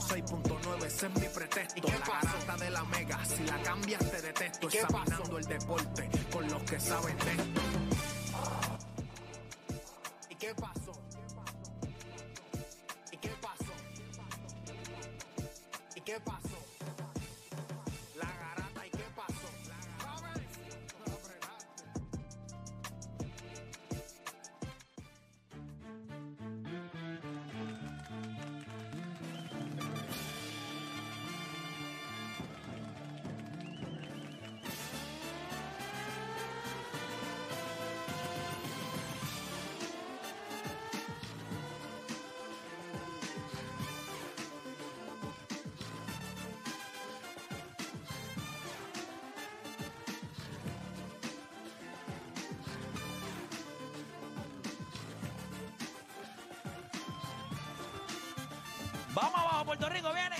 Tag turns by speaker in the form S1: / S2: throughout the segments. S1: 106.9, ese es mi pretexto.
S2: ¿Y qué
S1: la
S2: pasó?
S1: garata de la mega, si la cambias te detesto.
S2: ¿Y qué
S1: Examinando
S2: pasó?
S1: el deporte con los que saben de esto.
S2: ¿Y qué pasó? ¿Y qué pasó? ¿Y qué pasó? La garata, ¿y qué pasó?
S3: Vamos abajo, Puerto Rico, viene.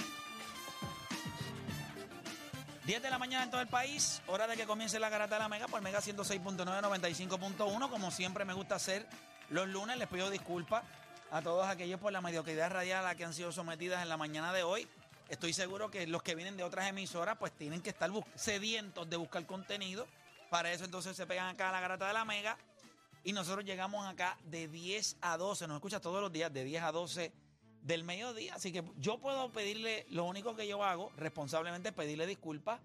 S3: 10 de la mañana en todo el país, hora de que comience la garata de la Mega por Mega 106.995.1. Como siempre me gusta hacer los lunes, les pido disculpas a todos aquellos por la mediocridad radial a la que han sido sometidas en la mañana de hoy. Estoy seguro que los que vienen de otras emisoras pues tienen que estar bus- sedientos de buscar contenido. Para eso entonces se pegan acá a la garata de la Mega. Y nosotros llegamos acá de 10 a 12. Nos escucha todos los días de 10 a 12 del mediodía. Así que yo puedo pedirle, lo único que yo hago responsablemente es pedirle disculpas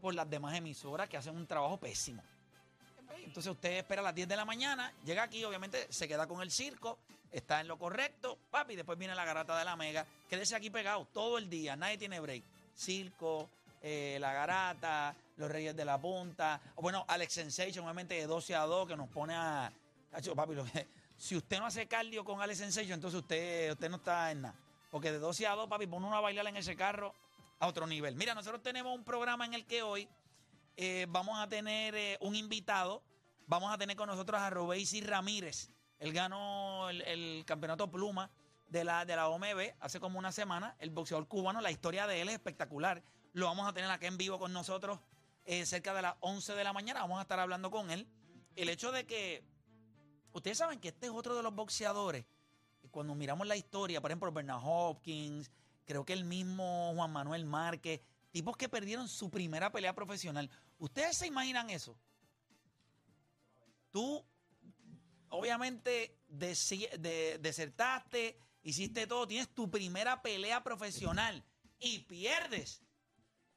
S3: por las demás emisoras que hacen un trabajo pésimo. Entonces usted espera a las 10 de la mañana, llega aquí, obviamente se queda con el circo, está en lo correcto, papi, después viene la garata de la mega. Quédese aquí pegado todo el día, nadie tiene break. Circo, eh, la garata, los Reyes de la Punta. O bueno, Alex Sensation, obviamente de 12 a 2, que nos pone a. Cacho, papi, lo que- si usted no hace cardio con Alex Sensation, entonces usted, usted no está en nada. Porque de 12 a 2, papi, pone uno a bailar en ese carro a otro nivel. Mira, nosotros tenemos un programa en el que hoy eh, vamos a tener eh, un invitado. Vamos a tener con nosotros a Robeisi Ramírez. Él ganó el, el campeonato pluma de la, de la OMB hace como una semana. El boxeador cubano, la historia de él es espectacular. Lo vamos a tener acá en vivo con nosotros eh, cerca de las 11 de la mañana. Vamos a estar hablando con él. El hecho de que ustedes saben que este es otro de los boxeadores. Y Cuando miramos la historia, por ejemplo, Bernard Hopkins, creo que el mismo Juan Manuel Márquez, tipos que perdieron su primera pelea profesional. ¿Ustedes se imaginan eso? Tú, obviamente, desi- de- desertaste, hiciste todo, tienes tu primera pelea profesional y pierdes.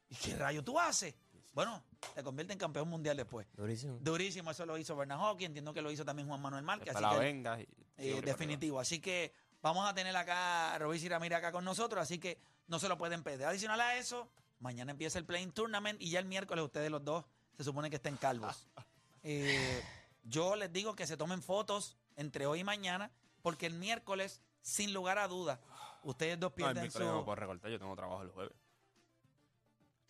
S3: ¿Y qué rayo tú haces? Bueno, te convierte en campeón mundial después.
S4: Durísimo.
S3: Durísimo, eso lo hizo Bernard Hawking, entiendo que lo hizo también Juan Manuel Márquez.
S5: Para
S3: así
S5: la
S3: que-
S5: venga. y-
S3: eh,
S5: siempre para
S3: definitivo. Así que vamos a tener acá a Robis y Ramírez acá con nosotros, así que no se lo pueden perder. Adicional a eso, mañana empieza el Playing Tournament y ya el miércoles ustedes los dos se supone que estén calvos. Eh, yo les digo que se tomen fotos entre hoy y mañana, porque el miércoles, sin lugar a dudas, ustedes dos
S5: arriba. No, el
S3: pierden
S5: miércoles no
S3: su...
S5: puedo recortar, yo tengo trabajo el jueves.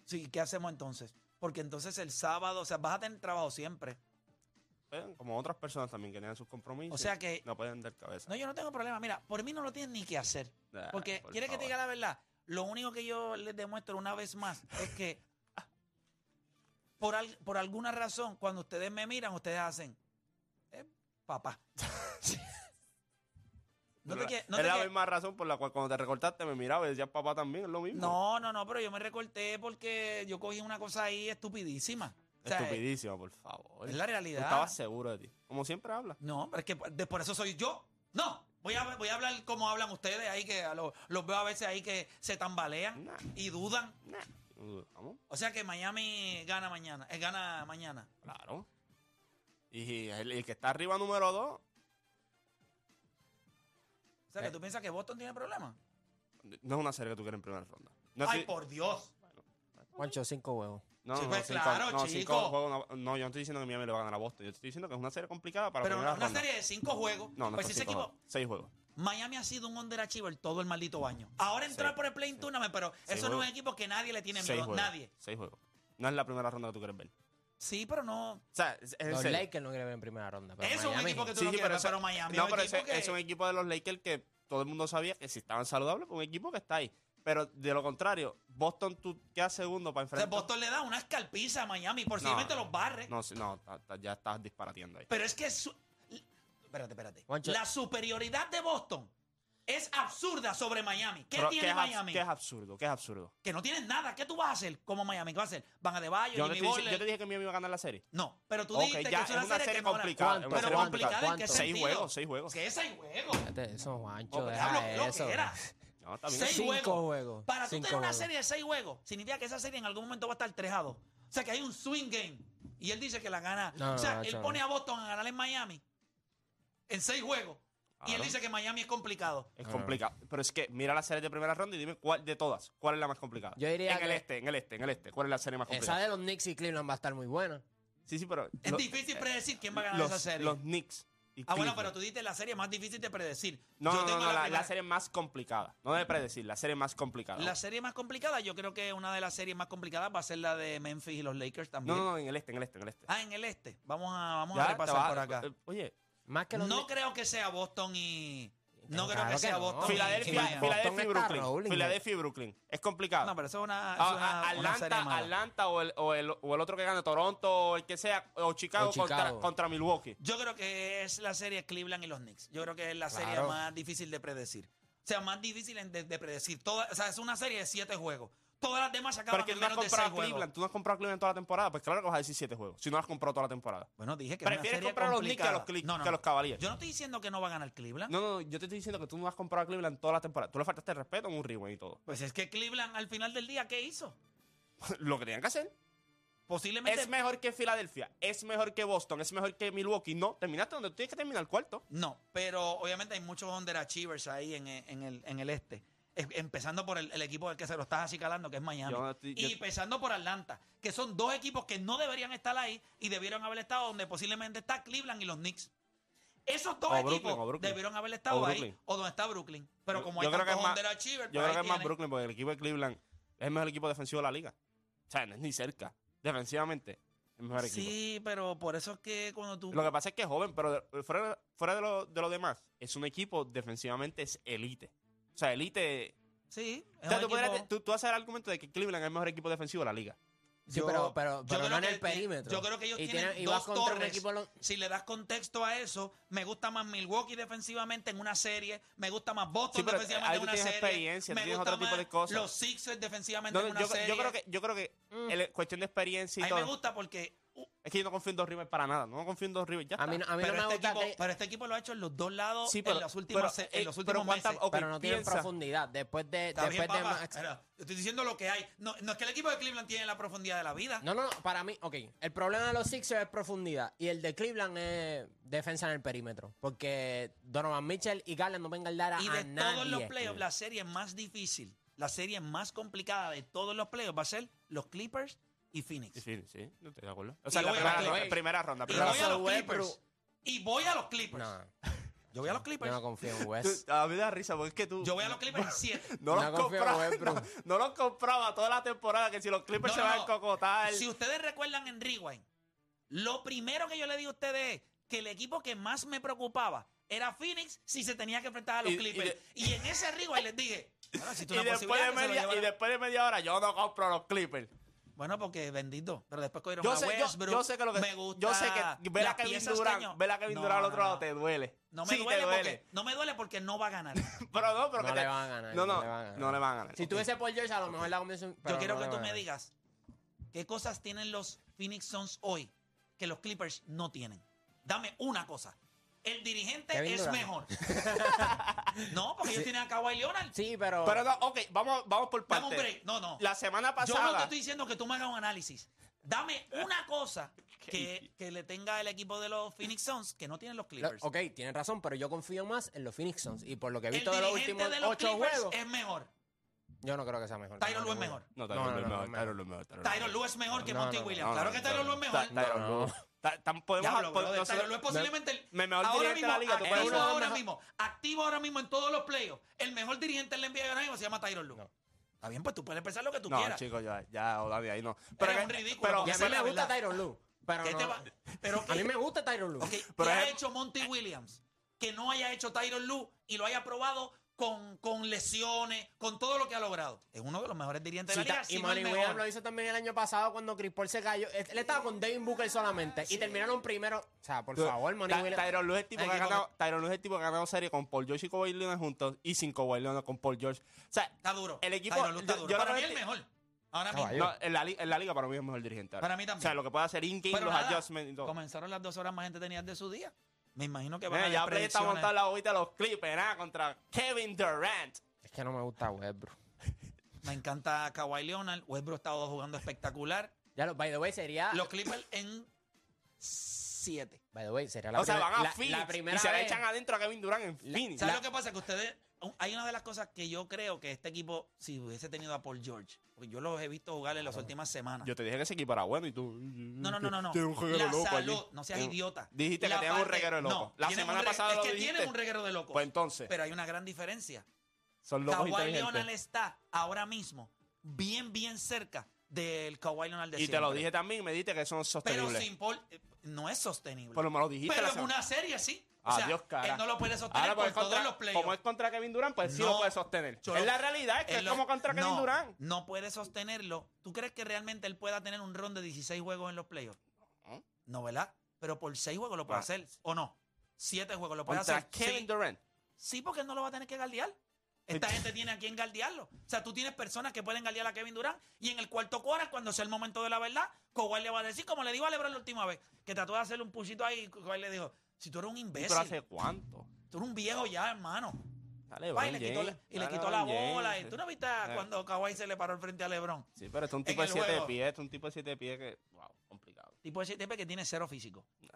S3: Sí, ¿qué hacemos entonces? Porque entonces el sábado, o sea, vas a tener trabajo siempre.
S5: Pueden, Como otras personas también que tienen sus compromisos.
S3: O sea que-
S5: No pueden dar cabeza.
S3: No, yo no tengo problema. Mira, por mí no lo tienen ni que hacer.
S5: Ah,
S3: Porque,
S5: por
S3: ¿quieres que te
S5: favor.
S3: diga la verdad? Lo único que yo les demuestro una vez más es que ah, por, al- por alguna razón, cuando ustedes me miran, ustedes hacen, eh, papá. no, te
S5: Es la-
S3: quie- no
S5: es
S3: te
S5: la
S3: quie-
S5: misma razón por la cual cuando te recortaste me miraba y decía papá también, es lo mismo.
S3: no, no, no, pero yo me recorté porque yo cogí una cosa ahí estupidísima. O sea, eh,
S5: Estupidísimo, por favor.
S3: es la
S5: Tú
S3: realidad.
S5: estabas seguro de ti. Como siempre habla.
S3: No, pero es que por- de- por eso soy yo. No, voy a, voy a hablar como hablan ustedes ahí, que a lo- los veo a veces ahí que se tambalean
S5: Nah.
S3: y dudan.
S5: Uh, Vamos,
S3: O sea que Miami gana mañana, eh, gana mañana.
S5: claro. Y el, el que está arriba número dos,
S3: O sea que
S5: Eh.
S3: tú piensas que Boston tiene problemas.
S5: no es una serie que tú quieres en primera ronda. No,
S3: Ay,
S5: estoy-
S3: por Dios.
S4: Pancho, cinco huevos.
S5: no,
S3: Sí,
S5: no,
S3: pues,
S5: cinco-
S3: claro,
S5: no, cinco
S3: chico.
S5: juegos, no, no, yo no estoy diciendo que Miami le va a ganar a Boston. Yo estoy diciendo que es una serie complicada para
S3: Pero
S5: primera
S3: una
S5: ronda.
S3: serie de cinco juegos.
S5: No, no
S3: pues
S5: son
S3: ese
S5: cinco
S3: equipo,
S5: juegos, Seis juegos.
S3: Miami ha sido un underachiever todo el maldito año. Ahora entrar
S5: Sí,
S3: por el play tournament, pero eso
S5: Sí,
S3: no es
S5: juegos.
S3: un equipo que nadie le tiene
S5: Seis
S3: miedo.
S5: juegos.
S3: Nadie.
S5: Seis juegos. No es la primera ronda que tú quieres ver. O
S3: Sí, pero no.
S5: sea, es, es en
S4: Los
S5: serio.
S4: Lakers no quieren ver en primera ronda. pero
S3: Eso es un
S4: Miami-
S3: equipo que tú
S5: Sí,
S3: no
S5: sí,
S3: quieres,
S5: pero
S3: pero,
S5: eso-
S3: Miami
S5: no,
S3: es un
S5: pero
S3: equipo
S5: ese-
S3: que-
S5: es un equipo de los Lakers que todo el mundo sabía que si estaban saludables, pues un equipo que está ahí. Pero de lo contrario, Boston tú quedas segundo para
S3: O sea,
S5: enfrentar.
S3: Boston le da una escalpiza a Miami, por si
S5: No,
S3: mete los barres.
S5: No, sí, no, ta- ta- ya estás disparateando ahí.
S3: Pero es que. su- Espérate, espérate.
S4: Juancho.
S3: La superioridad de Boston es absurda sobre Miami. ¿Qué
S5: Pero
S3: tiene
S5: es abs-
S3: Miami?
S5: que es absurdo, que es absurdo.
S3: Que no tienes nada. ¿Qué tú vas a hacer como Miami? ¿Qué vas a hacer? Van a de Bayo,
S5: Yo, no
S3: Jimmy
S5: te dije,
S3: Butler?
S5: yo te dije que Miami iba a ganar la serie.
S3: No, pero tú
S5: Ok,
S3: dijiste
S5: ya,
S3: que es una
S5: es una
S3: serie,
S5: serie
S3: que no era-
S5: complicada,
S4: es una
S3: Pero
S4: serie
S3: complicada en qué
S4: complicada.
S3: sentido.
S5: Seis juegos, seis juegos.
S3: Que es seis juegos.
S4: Fíjate, Eso, Juancho,
S5: No, pero
S4: deja
S3: Diablo, lo
S4: eso.
S3: que era.
S5: No, está bien.
S3: Seis
S4: Cinco
S3: juegos.
S4: juegos.
S3: Para tú
S4: Cinco
S3: tener una
S4: juegos.
S3: serie de seis juegos, significa que esa serie en algún momento va a estar 3 a 2. O sea, que hay un swing game. Y él dice que la gana.
S4: No,
S3: o sea,
S4: no,
S3: él
S4: chaval.
S3: pone a Boston a ganar en Miami en seis juegos. Y él
S5: Claro.
S3: dice que Miami es complicado.
S5: Es
S4: Ah.
S5: complicado. Pero es que mira la serie de primera ronda y dime cuál de todas, cuál es la más complicada.
S4: Yo diría
S5: en el
S4: que-
S5: este, en el este, en el este. ¿Cuál es la serie más
S4: Esa
S5: complicada?
S4: de los Knicks y Cleveland va a estar muy buena.
S5: Sí, sí, pero.
S3: Es
S5: lo- eh,
S3: difícil predecir quién va a ganar
S5: los,
S3: esa serie.
S5: Los Knicks. y
S3: ah, bueno,
S5: Cleveland.
S3: pero tú diste la serie más difícil de predecir.
S5: No,
S3: Yo
S5: no, no,
S3: tengo
S5: la, la
S3: primera-
S5: serie más complicada. No de predecir, la serie más complicada.
S3: la serie más complicada, yo creo que una de las series más complicadas va a ser la de Memphis y los Lakers
S5: no,
S3: también.
S5: no, no, en el este, en el este, en el este.
S3: Ah, en el este. Vamos a, vamos
S5: Ya,
S3: a
S5: te
S3: repasar
S5: vas-
S3: por acá.
S5: eh, Oye,
S4: Más que los
S3: No
S4: Knicks.
S3: creo que sea Boston y. No creo
S4: Claro
S3: que
S4: que
S3: sea
S4: no.
S3: Boston. y- y
S5: Filadelfia,
S3: Miami.
S5: Filadelfia y
S4: Boston está
S5: Brooklyn.
S4: rolling,
S5: Filadelfia y Brooklyn. Es complicado.
S3: No, pero eso es una.
S5: Ah,
S3: eso es una-
S5: ah,
S3: una serie
S5: Atlanta,
S3: mala.
S5: Atlanta o el, o, el, o el otro que gane, Toronto o el que sea, o Chicago,
S4: O Chicago.
S5: Contra, contra Milwaukee.
S3: Yo creo que es la serie Cleveland y los Knicks. Yo creo que es la serie
S4: Claro.
S3: más difícil de predecir. O sea, más difícil en- de, de predecir. Toda, o sea, es una serie de siete juegos. Todas las demás se
S5: Pero
S3: acaban
S5: es que
S3: en
S5: tú no has
S3: menos de seis
S5: comprado a
S3: juegos.
S5: Cleveland, tú no has comprado a Cleveland toda la temporada, pues claro que vas a decir siete juegos, si no has comprado toda la temporada.
S3: Bueno, dije que
S5: Prefieres
S3: es una serie
S5: comprar a los
S3: complicada.
S5: Knicks que a los Cli- que a los Cavaliers.
S3: Yo no estoy diciendo que no va a ganar Cleveland.
S5: No, no, no, yo te estoy diciendo que tú no has comprado a Cleveland toda la temporada. Tú le faltaste el respeto en un rewind y todo.
S3: Pues es que Cleveland al final del día, ¿qué hizo?
S5: Lo que tenían que hacer.
S3: Posiblemente.
S5: Es mejor que Filadelfia, es mejor que Boston, es mejor que Milwaukee. No, terminaste donde tú tienes que terminar, cuarto.
S3: No, pero obviamente hay muchos underachievers ahí en, e- en el, en el este. Es- Empezando por el, el equipo del que se lo estás acicalando, que es Miami.
S5: Yo no estoy- yo-
S3: y empezando por Atlanta, que son dos equipos que no deberían estar ahí y debieron haber estado donde posiblemente está Cleveland y los Knicks. Esos dos
S5: O Brooklyn,
S3: equipos
S5: o Brooklyn.
S3: debieron haber estado
S5: O
S3: ahí
S5: Brooklyn.
S3: o donde está Brooklyn. Pero
S5: Yo-
S3: como
S5: yo
S3: hay
S5: creo que
S3: tantos
S5: es más-
S3: underachievers, pues
S5: Yo creo que
S3: ahí
S5: es más
S3: tienen.
S5: Brooklyn porque el equipo de Cleveland es el mejor equipo defensivo de la liga. O sea, no es ni cerca. Defensivamente, es el mejor equipo.
S3: Sí, pero por eso es que cuando tú...
S5: Lo que pasa es que es joven, pero de- fuera, fuera de, lo, de lo demás, es un equipo defensivamente es elite. O sea, elite.
S3: Sí, es
S5: O sea,
S3: un
S5: tú, podrías-
S3: equipo-
S5: tú- tú haces el argumento de que Cleveland es el mejor equipo defensivo de la liga.
S4: Sí,
S3: Yo-
S4: pero, pero,
S3: yo
S4: pero
S3: creo
S4: no en
S3: que
S4: el
S3: ti-
S4: perímetro.
S3: yo creo que ellos
S4: y
S3: tienen
S4: tiene- y
S3: dos
S4: vas contra un
S3: torres.
S4: equipo. de los-
S3: Si le das contexto a eso, me gusta más Milwaukee defensivamente en una serie, me gusta más Boston
S5: Sí, pero eh,
S3: defensivamente
S5: ahí
S3: en
S5: tú
S3: una
S5: tienes
S3: serie.
S5: experiencia, tú
S3: me
S5: tienes
S3: gusta
S5: otro tipo
S3: más
S5: de cosas.
S3: Los Sixers defensivamente
S5: No,
S3: en
S5: no,
S3: una
S5: yo,
S3: serie.
S5: yo creo que, yo creo que
S4: Mm.
S5: el- cuestión de experiencia
S3: a
S5: y
S3: mí me
S5: todo.
S3: gusta porque uh,
S5: Es que yo no confío en dos Rivers para nada. No confío en dos Rivers. Ya
S4: A mí,
S5: está.
S4: no- a mí
S3: pero,
S4: no me
S3: este
S4: gusta.
S3: equipo,
S4: que-
S3: pero este equipo lo ha hecho en los dos lados
S5: Sí, pero-
S3: en los últimos,
S5: pero,
S3: se- en
S5: eh,
S3: los
S5: pero
S3: últimos
S5: ¿cuánta-
S3: meses.
S5: ok,
S4: pero no tienen
S5: piensa.
S4: profundidad. Después de.
S3: Está bien,
S4: después de
S3: papá.
S4: Max-
S3: Mira, yo estoy diciendo lo que hay. No, no es que el equipo de Cleveland tiene la profundidad de la vida.
S4: No, no, no, para mí, ok. El problema de los Sixers es profundidad. Y el de Cleveland es defensa en el perímetro. Porque Donovan Mitchell y Garland no vengan a dar a,
S3: Y
S4: a
S3: de
S4: nadie.
S3: todos los playoffs, la serie más difícil, la serie más complicada de todos los playoffs va a ser los Clippers y Phoenix.
S5: Sí, sí, sí, no estoy de acuerdo. O sea,
S3: Y
S5: la
S3: voy a
S5: primera,
S3: Clay.
S5: ronda, primera ronda.
S3: Y
S5: primera
S3: voy a
S5: ronda.
S3: los Clippers. Y voy a los Clippers.
S4: No,
S3: Yo voy a los
S4: yo
S3: Clippers.
S4: no confío en
S5: Tú-
S4: West.
S5: A mí me da risa porque es que tú.
S3: Yo voy a los Clippers en 7.
S5: No los
S4: No confío en
S5: compraba, no,
S4: Westbrook.
S5: no los compraba toda la temporada. Que si los Clippers
S3: No,
S5: se
S3: no,
S5: van
S3: no.
S5: a cocotar.
S3: Si ustedes recuerdan en Rewind, lo primero que yo le dije a ustedes es que el equipo que más me preocupaba era Phoenix si se tenía que enfrentar a los
S5: Y- y
S3: Clippers. Y, en ese Rewind les dije, bueno, si tú
S5: y, después de media, y después de media hora yo no compro los Clippers.
S3: Bueno, porque bendito. Pero después cogieron
S5: Yo
S3: a
S5: sé, yo-
S3: Westbrook.
S5: yo sé que lo que
S3: me gusta
S5: yo sé que ver
S3: las
S5: a Kevin
S3: piezas
S5: Durant,
S3: que yo-
S5: ver a Kevin
S3: No,
S5: Durant al
S3: no,
S5: otro
S3: no.
S5: lado te duele.
S3: No me
S5: sí,
S3: duele
S5: te
S3: porque,
S5: duele.
S3: No me duele porque no va a ganar.
S5: Pero no, pero
S4: No
S5: que
S4: le
S5: te-
S4: van a ganar,
S5: No,
S4: no
S5: no,
S4: le van a ganar.
S5: no le van a ganar.
S4: Si tuviese Paul George, a lo mejor la convención.
S3: Yo quiero que tú me digas qué cosas tienen los Phoenix Suns hoy que los Clippers no tienen. Dame una cosa. El dirigente
S4: Kevin
S3: es
S4: Durant.
S3: mejor. no, porque ellos tienen a Kawhi Leonard.
S4: Sí, pero.
S5: Pero no, ok, vamos, vamos por
S3: Dame un
S5: parte.
S3: break. No, no.
S5: La semana
S3: Yo no te
S5: pasada.
S3: estoy diciendo que tú me hagas un análisis. Dame una cosa que, que le tenga el equipo de los Phoenix Suns que no tienen los
S4: Lo-
S3: Clippers.
S4: ok, tienes razón, pero yo confío más en los Phoenix Suns. Y por lo que he
S3: El
S4: visto de los
S3: dirigente
S4: últimos
S3: de los
S4: ocho
S3: Clippers
S4: juegos,
S3: es mejor.
S4: yo no creo que sea mejor.
S3: Tyronn Lue es
S4: no,
S3: mejor.
S5: No,
S4: No, no,
S5: Tyron Lue es
S4: no,
S5: mejor,
S4: no.
S5: Tyron Lue es mejor, Tyron Lue es
S3: Tyron Lue es mejor que
S4: No,
S3: Monty
S4: no, no,
S3: Williams.
S5: no,
S3: claro
S5: no,
S3: que
S5: no,
S3: Tyron Lue es mejor.
S5: Ta- Tyron
S4: No,
S5: Lue.
S4: no.
S5: Ta- tan- podemos
S3: Diablo,
S5: hablar-
S3: brother,
S5: nosotros-
S3: Tyronn Lue es posiblemente el
S5: me- mejor
S3: ahora
S5: dirigente
S3: mismo,
S5: de la liga, tú
S3: activo
S5: puedes-
S3: ahora
S4: mejor-
S3: mismo, activo ahora mismo en todos los playoffs, el mejor dirigente del NBA ahora mismo se llama Tyron Lue.
S4: No.
S3: Está bien, pues tú puedes pensar lo que tú
S5: No,
S3: quieras.
S5: chicos, ya, ya, Dani, ahí no. Pero,
S3: Eres
S5: que-
S3: un ridículo,
S5: pero,
S4: Y a
S3: Esa
S4: mí
S3: es la
S4: me gusta
S3: verdad.
S4: Tyron Lue. Pero
S3: ¿Qué
S4: no-
S3: te va- pero
S4: A
S3: qué-
S4: mí me gusta Tyron Lue.
S3: ok, ¿qué
S5: Pero
S3: ha
S5: es-
S3: hecho Monty Williams que no haya hecho Tyron Lue y lo haya probado con, con lesiones, con todo lo que ha logrado. Es uno de los mejores dirigentes
S4: Sí,
S3: de la liga.
S4: ta-
S3: si
S4: y
S3: no el
S4: Manny
S3: mejor.
S4: Williams lo hizo también el año pasado cuando Chris Paul se cayó. Es- Él estaba con Devin Booker solamente. Y terminaron primero. O sea, por favor, Manny
S5: Ty-
S4: Williams.
S5: Tyronn Lue es tipo
S4: Hay
S5: que ha
S4: que
S5: ganado, Tyronn Lue es tipo que ha ganado serie con Paul George y Kawhi Leonard juntos y sin Kawhi Leonard con Paul George. O sea,
S3: Está duro.
S5: El equipo-
S3: Tyronn Lue está
S5: yo-
S3: duro.
S5: yo
S3: para
S5: creo
S3: mí
S5: que
S3: el
S5: te-
S3: mejor. Ahora mismo.
S4: Caballo.
S5: no, en, la li- en la liga para mí es el mejor dirigente. ahora.
S3: Ah, Para mí también.
S5: O sea, lo que puede hacer in-game,
S3: Pero
S5: los
S3: nada,
S5: adjustments y todo.
S3: Comenzaron las dos horas más entretenidas de su día. Me imagino que van
S5: Mira,
S3: a
S5: ya
S3: haber
S5: Play está
S3: predicciones.
S5: montando la bobita de los Clippers, ¿ah? Contra Kevin Durant.
S4: Es que no me gusta Westbrook.
S3: Me encanta Kawhi Leonard. Westbrook ha estado jugando espectacular.
S4: Ya lo, by the way, sería.
S3: Los Clippers en 7.
S4: by the way, sería la,
S5: O sea,
S4: primer-
S5: van a
S4: la- la
S5: Phoenix
S4: primera
S5: y se le
S4: vez-
S5: echan adentro a Kevin Durant en Phoenix.
S3: ¿Sabes
S5: La-
S3: lo que pasa? Que ustedes. Hay una de las cosas que yo creo que este equipo, si hubiese tenido a Paul George, porque yo los he visto jugar en las últimas semanas.
S5: Ah, Yo te dije que ese equipo era bueno y tú...
S3: No, no, no, no. no.
S5: Tiene un reguero
S3: la
S5: loco allí.
S3: salud, no seas
S5: Tiene-
S3: idiota.
S5: Dijiste que
S3: La
S5: tenían un
S3: parte-
S5: reguero de locos.
S3: no,
S5: la
S3: tienen
S5: semana
S3: un re-
S5: pasada
S3: es
S5: lo
S3: que
S5: dijiste.
S3: tienen un reguero de locos.
S5: Pues entonces,
S3: pero hay una gran diferencia.
S5: son locos
S3: Kawhi
S5: inteligentes.
S3: Leonard está ahora mismo bien, bien cerca del Kawhi Leonard de
S5: y te lo
S3: siempre.
S5: dije también y me dijiste que son
S3: Pero
S5: sostenibles.
S3: sin Paul eh, no es sostenible.
S5: Por lo menos dijiste
S3: Pero
S5: la
S3: en
S5: semana-
S3: una serie sí. O sea,
S5: Adiós, cara.
S3: él no lo puede sostener
S5: Ahora,
S3: por
S5: porque
S3: todos
S5: contra-
S3: los playoffs.
S5: Como es contra Kevin Durant, pues sí
S3: No,
S5: lo puede sostener.
S3: yo
S5: es
S3: lo-
S5: la realidad, es que
S3: él
S5: es
S3: lo-
S5: como contra Kevin
S3: no,
S5: Durant.
S3: No puede sostenerlo. ¿Tú crees que realmente él pueda tener un ron de 16 juegos en los playoffs?
S5: No.
S3: No, ¿verdad? Pero por 6 juegos lo puede
S5: Ah.
S3: hacer, ¿o no? 7 juegos lo puede
S5: Contra
S3: hacer.
S5: Kevin
S3: Sí.
S5: Durant.
S3: Sí, porque él no lo va a tener que galdear. Esta gente tiene a quien galdearlo. O sea, tú tienes personas que pueden galdear a Kevin Durant y en el cuarto cuarto, cuando sea el momento de la verdad, Kawhi le va a decir, como le dijo a LeBron la última vez, que trató de hacerle un puchito ahí y Kawhi le dijo, si tú eres un
S5: ¿Pero
S3: imbécil,
S5: hace cuánto?
S3: tú eres un viejo ya, hermano.
S5: Dale,
S3: Va, y
S5: LeBron
S3: le quitó, la,
S5: James,
S3: y le
S5: dale,
S3: quitó la
S5: LeBron James.
S3: bola. Y ¿Tú no viste
S5: Ah.
S3: cuando Kawhi se le paró al frente a LeBron?
S5: Sí, pero es un
S3: en
S5: tipo de
S3: el
S5: 7
S3: juego.
S5: pies, es un tipo de 7 pies que... Wow, complicado.
S3: Tipo de tipo que tiene cero físico.
S5: Y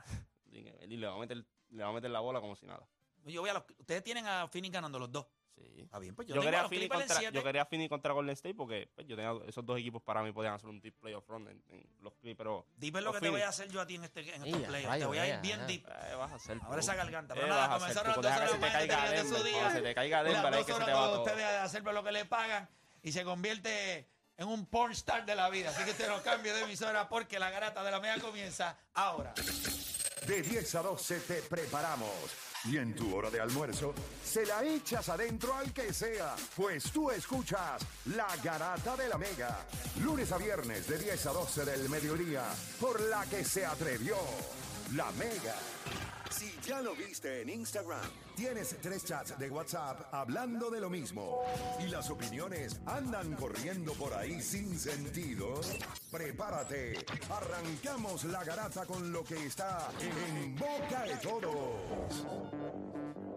S5: le va a meter, le va a meter la bola como si nada.
S3: Yo voy a los, ustedes tienen a Phoenix ganando los dos.
S5: Sí.
S3: Está bien, pues yo,
S5: Yo,
S3: tengo a
S5: quería
S3: los
S5: Phoenix
S3: Clippers en
S5: contra,
S3: siete.
S5: yo quería Phoenix contra Golden State porque pues, yo tenía esos dos equipos para mí podían hacer un deep playoff run en, en los Clippers. pero-
S3: Dime lo
S5: los
S3: que te voy a
S5: Phoenix.
S3: hacer yo a ti en, este, en
S4: Ey,
S3: estos
S4: a
S3: playoffs. Te
S4: rayos,
S3: voy a ir
S4: vea,
S3: bien
S4: ajá.
S3: deep.
S5: Eh, vas a hacer.
S3: Ahora esa garganta. Pero
S5: Eh,
S3: nada,
S5: vas a hacer,
S3: comenzaron las
S5: tú,
S3: dos
S5: deja que
S3: horas
S5: se te
S3: más
S5: caiga
S3: entretenidas de su
S5: Denver,
S3: día.
S5: cuando se te caiga
S3: Las
S5: Denver, ahí
S3: dos
S5: que se
S3: horas
S5: te va
S3: cuando
S5: todo.
S3: usted deja de hacer por lo que le pagan y se convierte en un pornstar de la vida. Así que usted no cambie de emisora porque la garata de la media comienza ahora.
S6: De 10 a 12 te preparamos. Y en tu hora de almuerzo, se la echas adentro al que sea, pues tú escuchas La Garata de la Mega. Lunes a viernes de 10 a 12 del mediodía, por la que se atrevió La Mega. Si ya lo viste en Instagram, tienes tres chats de WhatsApp hablando de lo mismo y las opiniones andan corriendo por ahí sin sentido. Prepárate, arrancamos la garata con lo que está en boca de todos.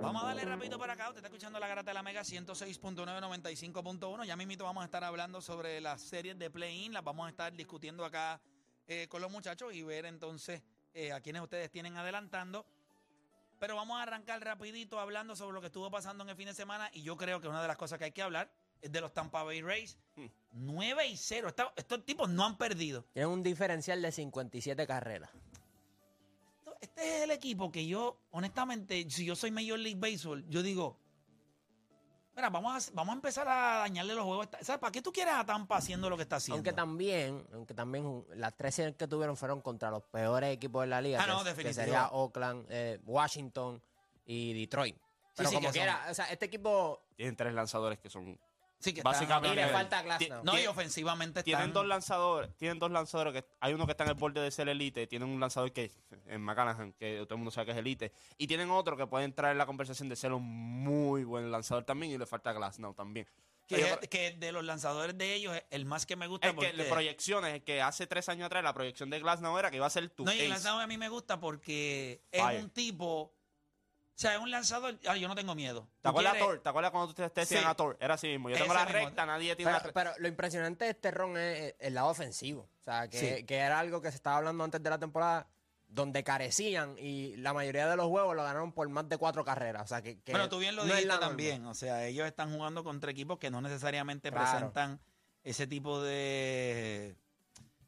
S3: Vamos a darle rapidito para acá. Usted está escuchando la garata de la Mega 106.995.1. Ya mismito vamos a estar hablando sobre las series de play-in. Las vamos a estar discutiendo acá eh, con los muchachos y ver entonces eh, a quienes ustedes tienen adelantando. Pero vamos a arrancar rapidito hablando sobre lo que estuvo pasando en el fin de semana. Y yo creo que una de las cosas que hay que hablar es de los Tampa Bay Rays. 9 y 0. Esta- estos tipos no han perdido.
S4: Tiene un diferencial de 57 carreras.
S3: Esto- Este es el equipo que yo, honestamente, si yo soy Major League Baseball, yo digo, mira, vamos a, vamos a empezar a dañarle los juegos. a esta- ¿Sabes? ¿Para qué tú quieres a Tampa haciendo lo que está haciendo?
S4: Aunque también, aunque también ju- las tres series que tuvieron fueron contra los peores equipos de la liga.
S3: Ah,
S4: que
S3: no,
S4: es- que
S3: definitivo.
S4: sería Oakland, eh, Washington y Detroit. Pero
S3: sí,
S4: como
S3: que son-
S4: quiera, o sea, este equipo
S5: Tienen tres lanzadores que son
S3: Sí que
S5: básicamente.
S4: Y le
S3: están-
S4: falta Glass
S5: Ti-
S4: now.
S3: no, y
S5: tienen-
S3: ofensivamente están...
S5: Tienen dos lanzadores, tienen dos lanzadores que hay uno que está en el borde de ser elite, tienen un lanzador que en McCallaghan, que todo el mundo sabe que es elite, y tienen otro que puede entrar en la conversación de ser un muy buen lanzador también y le falta Glasnow también.
S3: que,
S5: Yo
S3: es-
S5: creo-
S3: que de los lanzadores de ellos, es el más que me gusta
S5: es que
S3: porque-
S5: le proyecciones, es que hace tres años atrás la proyección de Glasnow era que iba a ser tu
S3: No, y
S5: ace.
S3: el lanzador a mí me gusta porque es
S5: Fire.
S3: un tipo... O sea, es un lanzador... Ah, yo no tengo miedo.
S5: ¿Te acuerdas,
S3: Tú quieres-
S5: Thor? ¿Te acuerdas cuando ustedes te decían
S3: Sí.
S5: a Thor? Era así mismo. Yo tengo
S3: Ese
S5: la
S3: mismo.
S5: recta, nadie tiene
S4: Pero,
S5: la recta.
S4: pero lo impresionante de este ron es el lado ofensivo. O sea, que,
S3: Sí.
S4: que era algo que se estaba hablando antes de la temporada, donde carecían y la mayoría de los juegos lo ganaron por más de cuatro carreras. O sea, que, que
S3: Bueno, tú bien lo
S4: no es la
S3: dijiste
S4: norma.
S3: también. O sea, ellos están jugando contra equipos que no necesariamente
S4: Claro.
S3: presentan ese tipo de.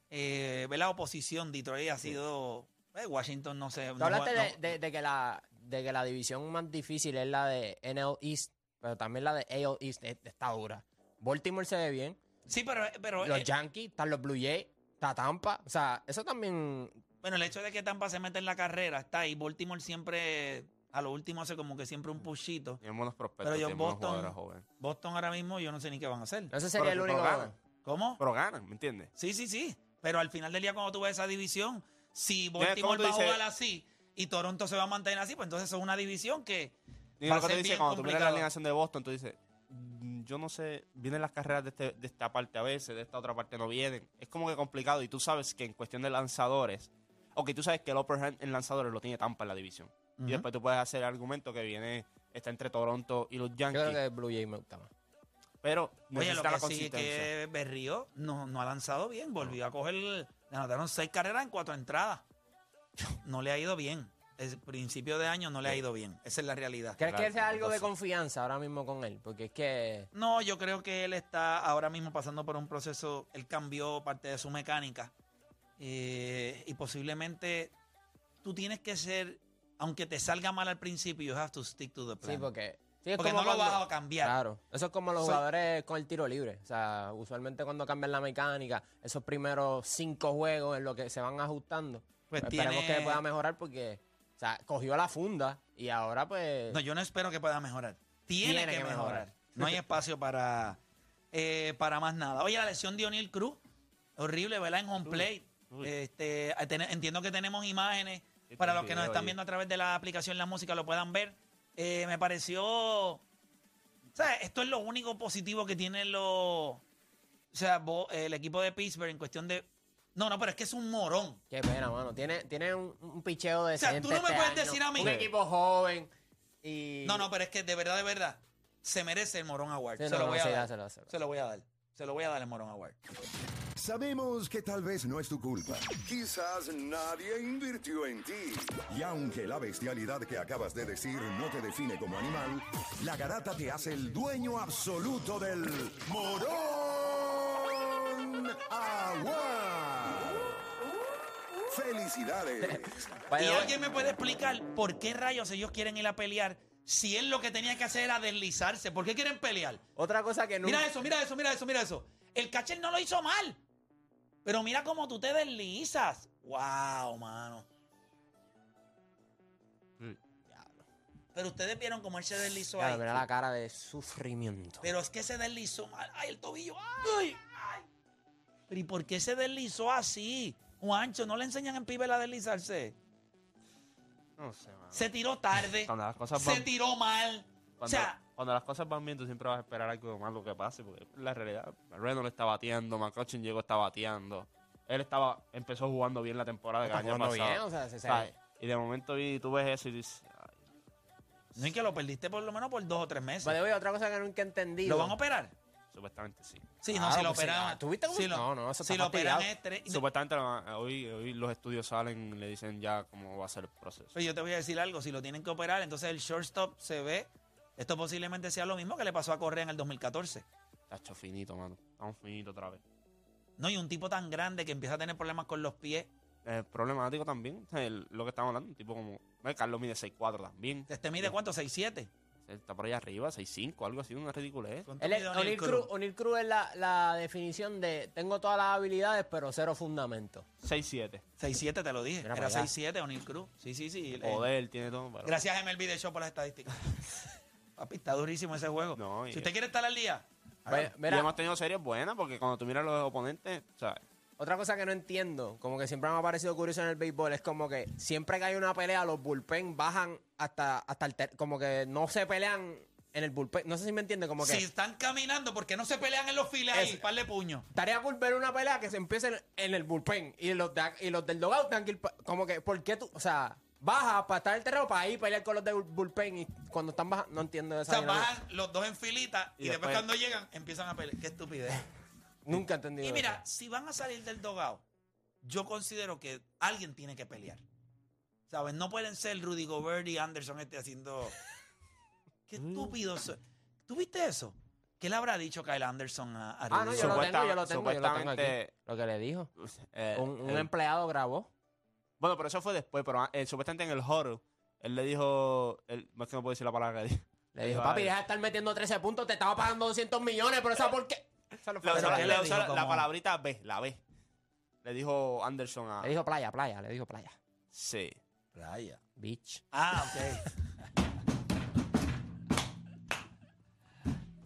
S3: Eh, ¿Verdad? Oposición. Detroit ha sido. eh, Washington no sé.
S4: Tú
S3: no
S4: hablaste
S3: juega-
S4: de,
S3: no-
S4: de- de que la, de que la división más difícil es la de NL East, pero también la de AL East eh, está dura. Baltimore se ve bien,
S3: Sí, pero. pero
S4: los
S3: eh,
S4: Yankees, están los Blue Jays, está Tampa. O sea, eso también
S3: bueno, el hecho de que Tampa se mete en la carrera está ahí. Baltimore siempre a lo último hace como que siempre un pushito.
S5: Tienen buenos prospectos,
S3: Pero yo
S5: tienen buenos
S3: Boston,
S5: jugadores jóvenes.
S3: Boston ahora mismo yo no sé ni qué van a hacer.
S4: Ese sería
S5: Pero-
S4: el
S5: pero
S4: único.
S5: ganan.
S3: ¿Cómo?
S5: Pero ganan, ¿me entiendes?
S3: Sí, sí, sí. Pero al final del día cuando tú ves esa división, si
S5: tú
S3: Baltimore va a
S5: dices-
S3: jugar así y Toronto se va a mantener así, pues entonces es una división que
S5: Y
S3: va a
S5: lo que tú
S3: ser
S5: dices,
S3: bien
S5: cuando tú miras la
S3: complicada.
S5: alineación de Boston, tú dices, "Mm, yo no sé, vienen las carreras de, este- de esta parte a veces, de esta otra parte no vienen. Es como que complicado y tú sabes que en cuestión de lanzadores, o que tú sabes que el upper hand en lanzadores lo tiene Tampa en la división. Y después tú puedes hacer el argumento que viene, está entre Toronto y los
S4: Yo creo
S5: Yankees,
S4: que Blue Jay me gusta más.
S5: pero
S3: Oye, lo que
S5: necesita la
S3: sí es
S5: consistencia.
S3: que Berrío no, no ha lanzado bien. Volvió a coger. Le anotaron seis carreras en cuatro entradas. No le ha ido bien. El principio de año no le ha ido bien. Esa es la realidad.
S4: ¿Crees que
S5: Claro,
S4: es algo de
S5: entonces-
S4: confianza ahora mismo con él? Porque es que.
S3: No, yo creo que él está ahora mismo pasando por un proceso. Él cambió parte de su mecánica. eh, y posiblemente tú tienes que ser. Aunque te salga mal al principio, you have to stick to the plan.
S4: Sí, porque. sí, es
S3: Porque
S4: como
S3: no lo
S4: cuando-
S3: vas a cambiar.
S4: Claro. Eso es como los
S3: Soy-
S4: jugadores con el tiro libre. O sea, usualmente cuando cambian la mecánica, esos primeros cinco juegos en lo que se van ajustando.
S3: Pues
S4: Esperemos
S3: tiene-
S4: que pueda mejorar porque. O sea, cogió la funda y ahora pues.
S3: No, yo no espero que pueda mejorar. Tiene,
S4: Tiene
S3: que,
S4: que
S3: mejorar.
S4: mejorar.
S3: No hay espacio para, eh, para más nada. Oye, la lesión de O'Neill Cruz. Horrible, ¿verdad? En home plate. Este, a tener- entiendo que tenemos imágenes.
S5: Sí,
S3: Para
S5: tiene
S3: los que nos
S5: video
S3: están
S5: ahí.
S3: viendo a través de la aplicación La Música lo puedan ver. Eh, me pareció... O sea, esto es lo único positivo que tienen los... O sea, Bo- el equipo de Pittsburgh en cuestión de... No, no, pero es que es un morón.
S4: Qué pena, mano. Tiene, tiene un, un picheo de.
S3: sea, tú no me puedes decir a mí-
S4: Un equipo joven. Y.
S3: No, no, pero es que de verdad, de verdad, se merece el Morón Award.
S4: Sí,
S3: se,
S4: no,
S3: lo
S4: no,
S3: voy a
S4: sí,
S3: dar.
S4: dáselo, dáselo.
S3: Se lo voy a dar. Se lo voy a dar el Morón Award.
S6: Sabemos que tal vez no es tu culpa. Quizás nadie invirtió en ti. Y aunque la bestialidad que acabas de decir no te define como animal, la garata te hace el dueño absoluto del morón agua. Felicidades.
S4: By
S3: ¿Y
S4: the way,
S3: alguien me puede explicar por qué rayos ellos quieren ir a pelear si él lo que tenía que hacer era deslizarse? ¿Por qué quieren pelear?
S4: Otra cosa que nunca.
S3: Mira eso, mira eso, mira eso, mira eso. El catcher no lo hizo mal. Pero mira cómo tú te deslizas. Wow, mano.
S5: Mm.
S3: Pero ustedes vieron cómo él se deslizó
S4: Claro,
S3: ahí.
S4: mira la cara de sufrimiento.
S3: Pero es que se deslizó mal. ¡Ay, el tobillo! ¡Ay! ¡Ay! ¿Pero y por qué se deslizó así? Juancho, ¿no le enseñan en pibe a deslizarse?
S5: No sé, mano.
S3: Se tiró tarde.
S5: Cuando las cosas
S3: se
S5: van-
S3: tiró mal.
S5: Cuando,
S3: O sea,
S5: cuando las cosas van bien, tú siempre vas a esperar algo malo que pase, porque es la realidad. Reno le está bateando, McCutcheon llegó está bateando. Él estaba, empezó jugando bien la temporada del
S4: Está
S5: año pasado.
S4: jugando bien, o sea, se- se-
S5: ¿Sabes? Y de momento vi- tú ves eso y dices, "Ay,
S3: no es que lo perdiste por lo menos por dos o tres meses.
S4: By the way, otra cosa que nunca he entendido.
S3: ¿Lo van a operar?
S5: supuestamente sí.
S3: Sí, no,
S4: Claro,
S3: si lo
S4: pues sí.
S3: operaban.
S4: Ah, ¿tú viste cómo-
S3: Si lo,
S4: No, no, eso
S3: si
S4: está
S3: lo operan
S4: fastidiado.
S3: es tres.
S5: Supuestamente la van- hoy, hoy los estudios salen y le dicen ya cómo va a ser el proceso.
S3: Pero Pues yo te voy a decir algo, si lo tienen que operar, entonces el shortstop se ve. Esto posiblemente sea lo mismo que le pasó a Correa en el 2014.
S5: Está hecho finito, mano. Estamos finitos otra vez.
S3: No, y un tipo tan grande que empieza a tener problemas con los pies.
S5: Eh, problemático también, el- lo que estamos hablando, un tipo como... eh, Carlos mide 6'4 también.
S3: Este mide cuánto, 6'7".
S5: Está por allá arriba, 6'5, algo así, una ridiculez.
S3: ¿Cuánto
S4: Él es-
S3: mide O'Neill
S4: O'Neill
S3: Cruz?
S4: Cruz, O'Neill Cruz es la, la definición de tengo todas las habilidades, pero cero fundamento.
S5: 6'7.
S3: 6-7 te lo dije.
S4: Mira para
S3: Era
S4: allá.
S3: 6-7 O'Neill Cruz. Sí, sí, sí. Eh,
S5: Poder, tiene todo. pero-
S3: Gracias MLB de Show por las estadísticas. Papi, está durísimo ese juego.
S5: No,
S3: si
S5: y-
S3: usted quiere estar al día,
S4: Pues,
S5: Y
S4: mira,
S5: hemos tenido series buenas porque cuando tú miras los oponentes, ¿sabes?
S4: otra cosa que no entiendo, como que siempre me ha parecido curioso en el béisbol, es como que siempre que hay una pelea, los bullpen bajan hasta, hasta el ter- como que no se pelean en el bullpen. No sé si me entiende, como que
S3: si están caminando, ¿por qué no se pelean en los files ahí?
S4: Es-
S3: Par de puños.
S4: estaría cool ver una pelea que se empiece en, en el bullpen y los, de- y los del dugout tengan que ir pa- como que, ¿por qué tú? O sea, baja para estar en el terreno para ir pelear con los del bullpen y cuando están bajando, no entiendo
S3: O
S4: esa
S3: sea,
S4: dinámica.
S3: bajan los dos en filita y,
S5: Y
S3: después,
S5: después-
S3: cuando llegan empiezan a pelear. Qué estupidez.
S4: Nunca he entendido
S3: Y mira,
S4: eso.
S3: si van a salir del dogado, yo considero que alguien tiene que pelear. ¿Sabes? No pueden ser Rudy Gobert y Anderson este haciendo. Qué estúpido. so- ¿Tú viste eso? ¿Qué le habrá dicho Kyle Anderson a, a
S4: Ah, no,
S3: Rudy
S4: yo lo
S3: Gobert?
S4: tengo, yo lo tengo, yo lo tengo aquí.
S5: supuestamente,
S4: Lo que le dijo.
S5: eh,
S4: Un, un em-
S5: el-
S4: empleado grabó.
S5: Bueno, pero eso fue después, pero eh, supuestamente en el horror, él le dijo, él, es que no puedo decir la palabra que dijo.
S4: Le dijo,
S5: dijo,
S4: papi,
S5: "Ay".
S4: deja de estar metiendo 13 puntos, te estaba pagando 200 millones, pero esa por qué. Eso no
S5: Le
S4: fue
S5: usó
S3: ¿Pero
S5: la-
S3: qué
S5: le
S3: le
S5: usó
S3: dijo
S5: la, la
S3: como-
S5: palabrita B, la B. Le dijo Anderson a...
S4: Le dijo playa, playa, le dijo playa.
S5: Sí.
S3: Raya.
S4: Bitch.
S3: Ah, ok.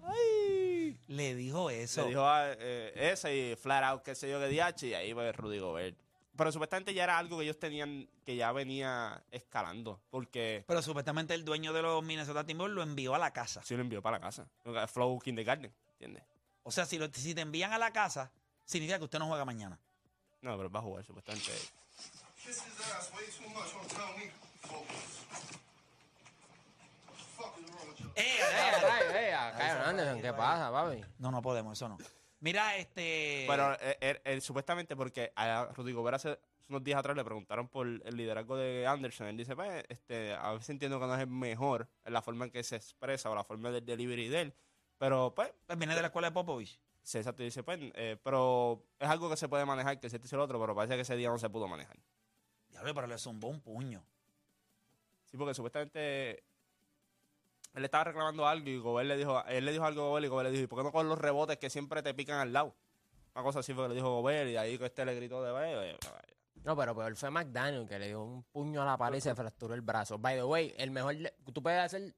S3: le dijo eso.
S5: Le dijo a eh, ese y flat out, qué sé yo, que DH, y ahí fue Rudy Gobert. Pero supuestamente ya era algo que ellos tenían, que ya venía escalando, porque
S3: Pero supuestamente el dueño de los Minnesota Timberwolves lo envió a la casa.
S5: sí lo envió para la casa. Flow Kindergarten, ¿entiendes?
S3: O sea, si, lo- si te envían a la casa, significa que usted no juega mañana.
S5: No, pero va a jugar supuestamente.
S7: Kiss his ass way too much on time we focus. Fuck is wrong with you?
S3: ¡Eh,
S4: Ey,
S3: eh!
S4: rayo, ey, acá, Anderson, ¿qué pasa, papi?
S3: No, no podemos, eso no. Mira, este.
S5: Pero eh, eh, eh, supuestamente porque a Rudy Gobert hace unos días atrás le preguntaron por el liderazgo de Anderson. Él dice, pues, este, a veces entiendo que no es el mejor en la forma en que se expresa o la forma del delivery de él. Pero, pues,
S3: Pues viene de la escuela de Popovich.
S5: se exacto, dice, pues, eh, pero es algo que se puede manejar, que se dice el otro, pero parece que ese día no se pudo manejar.
S3: Diablo, pero le zumbó un puño.
S5: Sí, porque supuestamente él estaba reclamando algo y Gobert le dijo, él le dijo algo a Gobert y Gobert le dijo, ¿y por qué no con los rebotes que siempre te pican al lado? Una cosa así fue que le dijo Gobert y ahí que este le gritó de "Vaya, vaya, vaya".
S4: No, pero peor fue McDaniel, que le dio un puño a la pared y se fracturó el brazo. By the way, el mejor. de- Tú puedes hacer.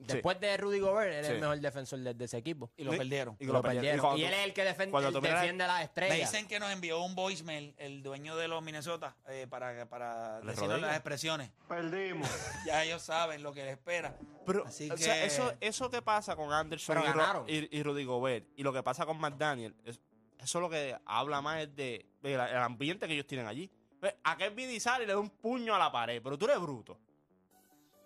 S4: Después de Rudy Gobert, él es el
S5: Sí.
S4: mejor defensor de, de ese equipo.
S3: Y lo
S5: Sí.
S3: perdieron.
S5: Y
S4: Y
S5: que
S4: lo,
S5: lo perdieron.
S4: perdieron.
S5: Y
S4: Y,
S5: cuando
S4: él
S5: tú-
S4: es el que defen-
S5: cuando
S4: el-
S5: tú miras-
S4: defiende a las
S3: Me
S4: estrellas.
S3: dicen que nos envió un voicemail el dueño de los Minnesota eh, para, para
S5: Les
S3: decirnos
S5: rodilla.
S3: las expresiones. Perdimos. Ya ellos saben lo que les espera.
S5: Pero,
S3: Así
S5: o sea,
S3: que-
S5: eso, eso que pasa con Anderson
S4: Pero
S5: y, Ro-
S4: ganaron.
S5: y- y Rudy Gobert y lo que pasa con McDaniel, es- eso lo que habla más es de, de la- el ambiente que ellos tienen allí. Ve, A Kevin viene y sale y le da un puño a la pared, pero tú eres bruto.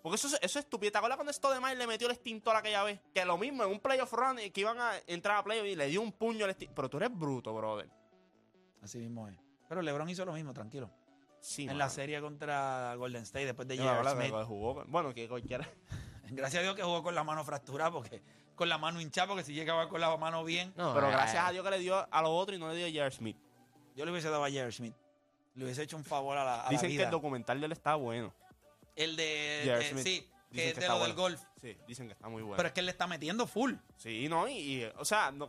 S5: Porque eso, es- eso es estúpido. ¿Te acuerdas cuando Stoudemire le metió el extintor aquella vez? Que lo mismo, en un playoff run, eh, que iban a entrar a playoff y le dio un puño al extintor. Pero tú eres bruto, brother.
S3: Así mismo es. Pero LeBron hizo lo mismo, tranquilo.
S5: Sí,
S3: en
S5: mano.
S3: la serie contra Golden State, después de
S5: Yo me
S3: J.R.
S5: acuerdo que
S3: Smith.
S5: jugó- Bueno, que cualquiera.
S3: Gracias a Dios que jugó con la mano fracturada, porque con la mano hinchada, porque si llegaba con la mano bien,
S4: No,
S5: pero
S4: eh,
S5: gracias a Dios que le dio a los otros y no le dio a J.R. Smith.
S3: yo le hubiese dado a J.R. Smith. Le hubiese hecho un favor a la, a la
S5: Dicen que
S3: vida.
S5: el documental de él está bueno.
S3: el de.
S5: J.R.
S3: eh,
S5: Smith.
S3: sí,
S5: Dicen
S3: que es
S5: que
S3: de
S5: está
S3: lo del
S5: bueno.
S3: golf.
S5: Sí, dicen que está muy bueno.
S3: Pero es que él le está metiendo full.
S5: Sí, no, y, y, o sea, no-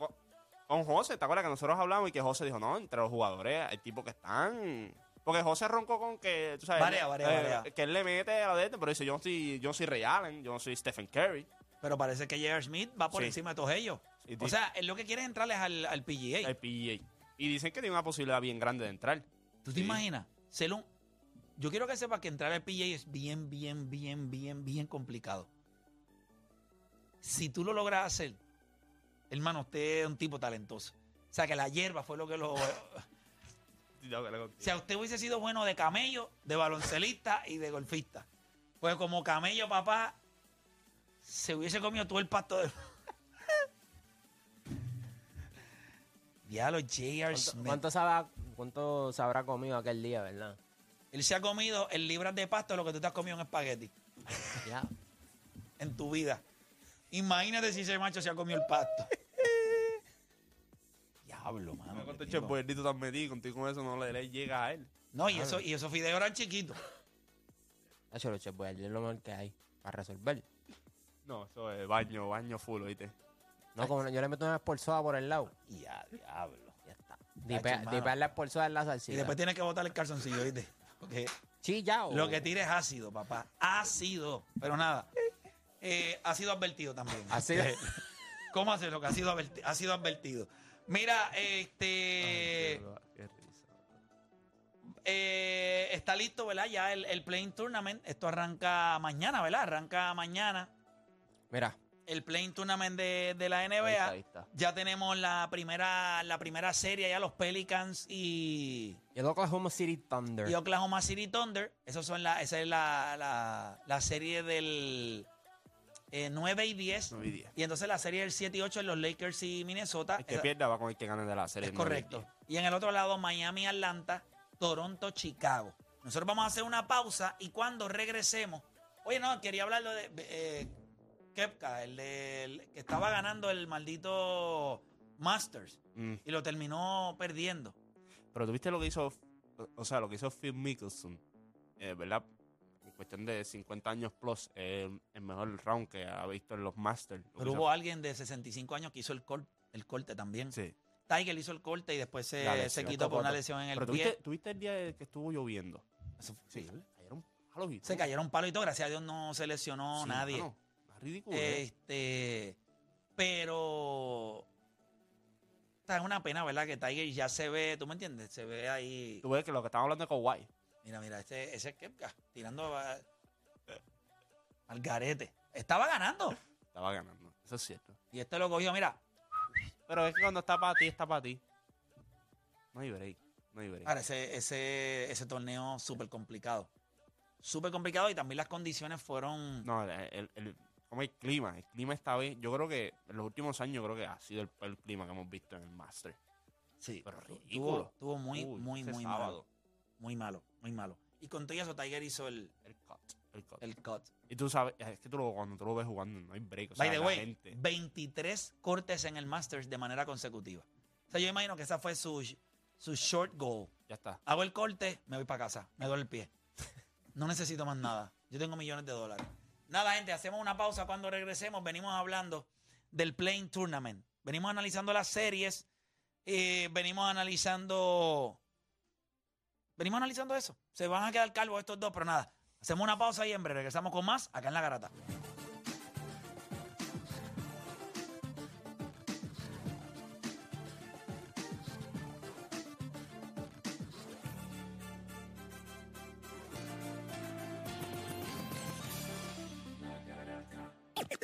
S5: con José, ¿te acuerdas que nosotros hablamos y que José dijo, no, entre los jugadores hay tipos que están... Porque José roncó con que, tú sabes,
S3: Varea,
S5: él-
S3: varea, varea.
S5: que él le mete a la de este, pero dice, yo no soy, yo no soy Ray Allen, yo no soy Stephen Curry.
S3: Pero parece que J.R. Smith va por
S5: Sí.
S3: encima de todos ellos.
S5: Sí,
S3: O
S5: sí.
S3: sea, él lo que quiere es entrarles al, al PGA.
S5: el PGA. Y dicen que tiene una posibilidad bien grande de entrar.
S3: ¿Tú te
S5: sí.
S3: imaginas? Ser un- Yo quiero que sepas que entrar al PGA es bien, bien, bien, bien, bien complicado. Si tú lo logras hacer, hermano, usted es un tipo talentoso. O sea, que la hierba fue lo que lo... Si a usted hubiese sido bueno de camello, de baloncelista y de golfista. Pues como camello, papá, se hubiese comido todo el pasto de. Diablo, J.R.
S4: ¿Cuánto,
S3: Smith.
S4: cuánto sabrá, ¿Cuánto sabrá comido aquel día, verdad?
S3: Él se ha comido en libras de pasto lo que tú te has comido en espagueti
S4: Ya.
S3: en tu vida. Imagínate si ese macho se ha comido el pasto. Diablo, mano. qué tipo.
S5: pueblito tan metido, contigo con eso no le, le llega a él.
S3: No, y, eso, y esos fideos eran chiquitos.
S4: Hacho, los chefs Boyardee es lo mejor que hay para resolver.
S5: No, eso es baño, baño full, ¿oíste?
S4: No, como yo le meto una esporzada por el lado.
S3: Y a diablo.
S4: Ya está. Dipe-
S3: hermano.
S4: Dipear la esporzada en la
S3: Y
S4: salsita.
S3: después tienes que botar el calzoncillo, ¿viste? Porque
S4: Chillao.
S3: Lo que tires es ácido, papá. Ácido. Pero nada. Eh, ha sido advertido también.
S4: Así
S3: Eh, ¿Cómo haces lo que ha sido, adverti- ha sido advertido? Mira, este.
S5: Qué risa.
S3: eh, está listo, ¿verdad? Ya el, el Playing Tournament. Esto arranca mañana, ¿verdad? Arranca mañana.
S4: Mira,
S3: El Playing Tournament de, de la
S5: Ahí
S3: NBA.
S5: está, ahí está.
S3: Ya tenemos la primera, la primera serie, ya los Pelicans y.
S4: y el Oklahoma City Thunder.
S3: y Oklahoma City Thunder. Esos son la, esa es la, la- la serie del eh, 9 y 10.
S5: 9 y 10.
S3: Y entonces la serie del 7 y 8 en los Lakers y Minnesota.
S5: El que
S3: Esa-
S5: pierda va con el que gane de la serie.
S3: es
S5: ¿no?
S3: correcto. Y en el otro lado, Miami, Atlanta, Toronto, Chicago. Nosotros vamos a hacer una pausa y cuando regresemos. Oye, no, quería hablarlo de eh, Kepka, el, de- el que estaba ganando el maldito Masters
S5: Mm.
S3: y lo terminó perdiendo.
S5: Pero tuviste lo que hizo, o- o sea, lo que hizo Phil Mickelson, eh, ¿verdad? En cuestión de 50 años plus, eh, el mejor round que ha visto en los Masters. Lo que
S3: Pero
S5: hizo-
S3: hubo alguien de 65 años que hizo el, col- el corte también.
S5: Sí.
S3: Tiger hizo el corte y después se,
S5: La lesión,
S3: se quitó por una lesión en el
S5: Pero
S3: pie.
S5: tuviste, tuviste el día de que estuvo lloviendo.
S3: Eso fue-
S5: Sí. Cayeron palos y
S3: Se
S5: todo.
S3: cayeron palo y todo. Gracias a Dios no se lesionó
S5: Sí,
S3: nadie.
S5: ¿eh? mano, más ridículo. ¿eh?
S3: este, pero O sea, Es una pena, ¿verdad? Que Tiger ya se ve, ¿tú me entiendes? Se ve ahí.
S5: Tú ves que lo que estamos hablando es Kawhi.
S3: Mira, mira, este, ese es Kepka, tirando a- al garete. Estaba ganando.
S5: Estaba ganando. Eso es cierto.
S3: Y este lo cogió, mira.
S5: Pero es que cuando está para ti, está para ti. No hay break. No hay break.
S3: Ahora, ese, ese, ese torneo súper complicado. Súper complicado y también las condiciones fueron.
S5: No, el, el- el- como el clima. El clima esta vez, yo creo que en los últimos años, yo creo que ha sido el peor clima que hemos visto en el Master.
S3: sí,
S5: pero
S3: tu-
S5: ridículo.
S3: Tuvo, tuvo muy,
S5: Uy,
S3: muy,
S5: ese
S3: muy malo.
S5: sábado,
S3: Muy malo, muy malo. Y con todo eso, Tiger hizo el,
S5: El cut. El cut.
S3: el cut.
S5: Y tú sabes, es que tú lo- cuando tú lo ves jugando, no hay break. O sea,
S3: By the
S5: la
S3: way,
S5: gente.
S3: 23 cortes en el Masters de manera consecutiva. O sea, yo imagino que esa fue su, su short goal.
S5: Ya está.
S3: Hago el corte, me voy para casa, me duele el pie. No necesito más nada. Yo tengo millones de dólares. Nada, gente, hacemos una pausa cuando regresemos. Venimos hablando del Playing Tournament. Venimos analizando las series. eh, venimos analizando. Venimos analizando eso. Se van a quedar calvos estos dos, pero nada. Hacemos una pausa y en breve regresamos con más acá en la garata.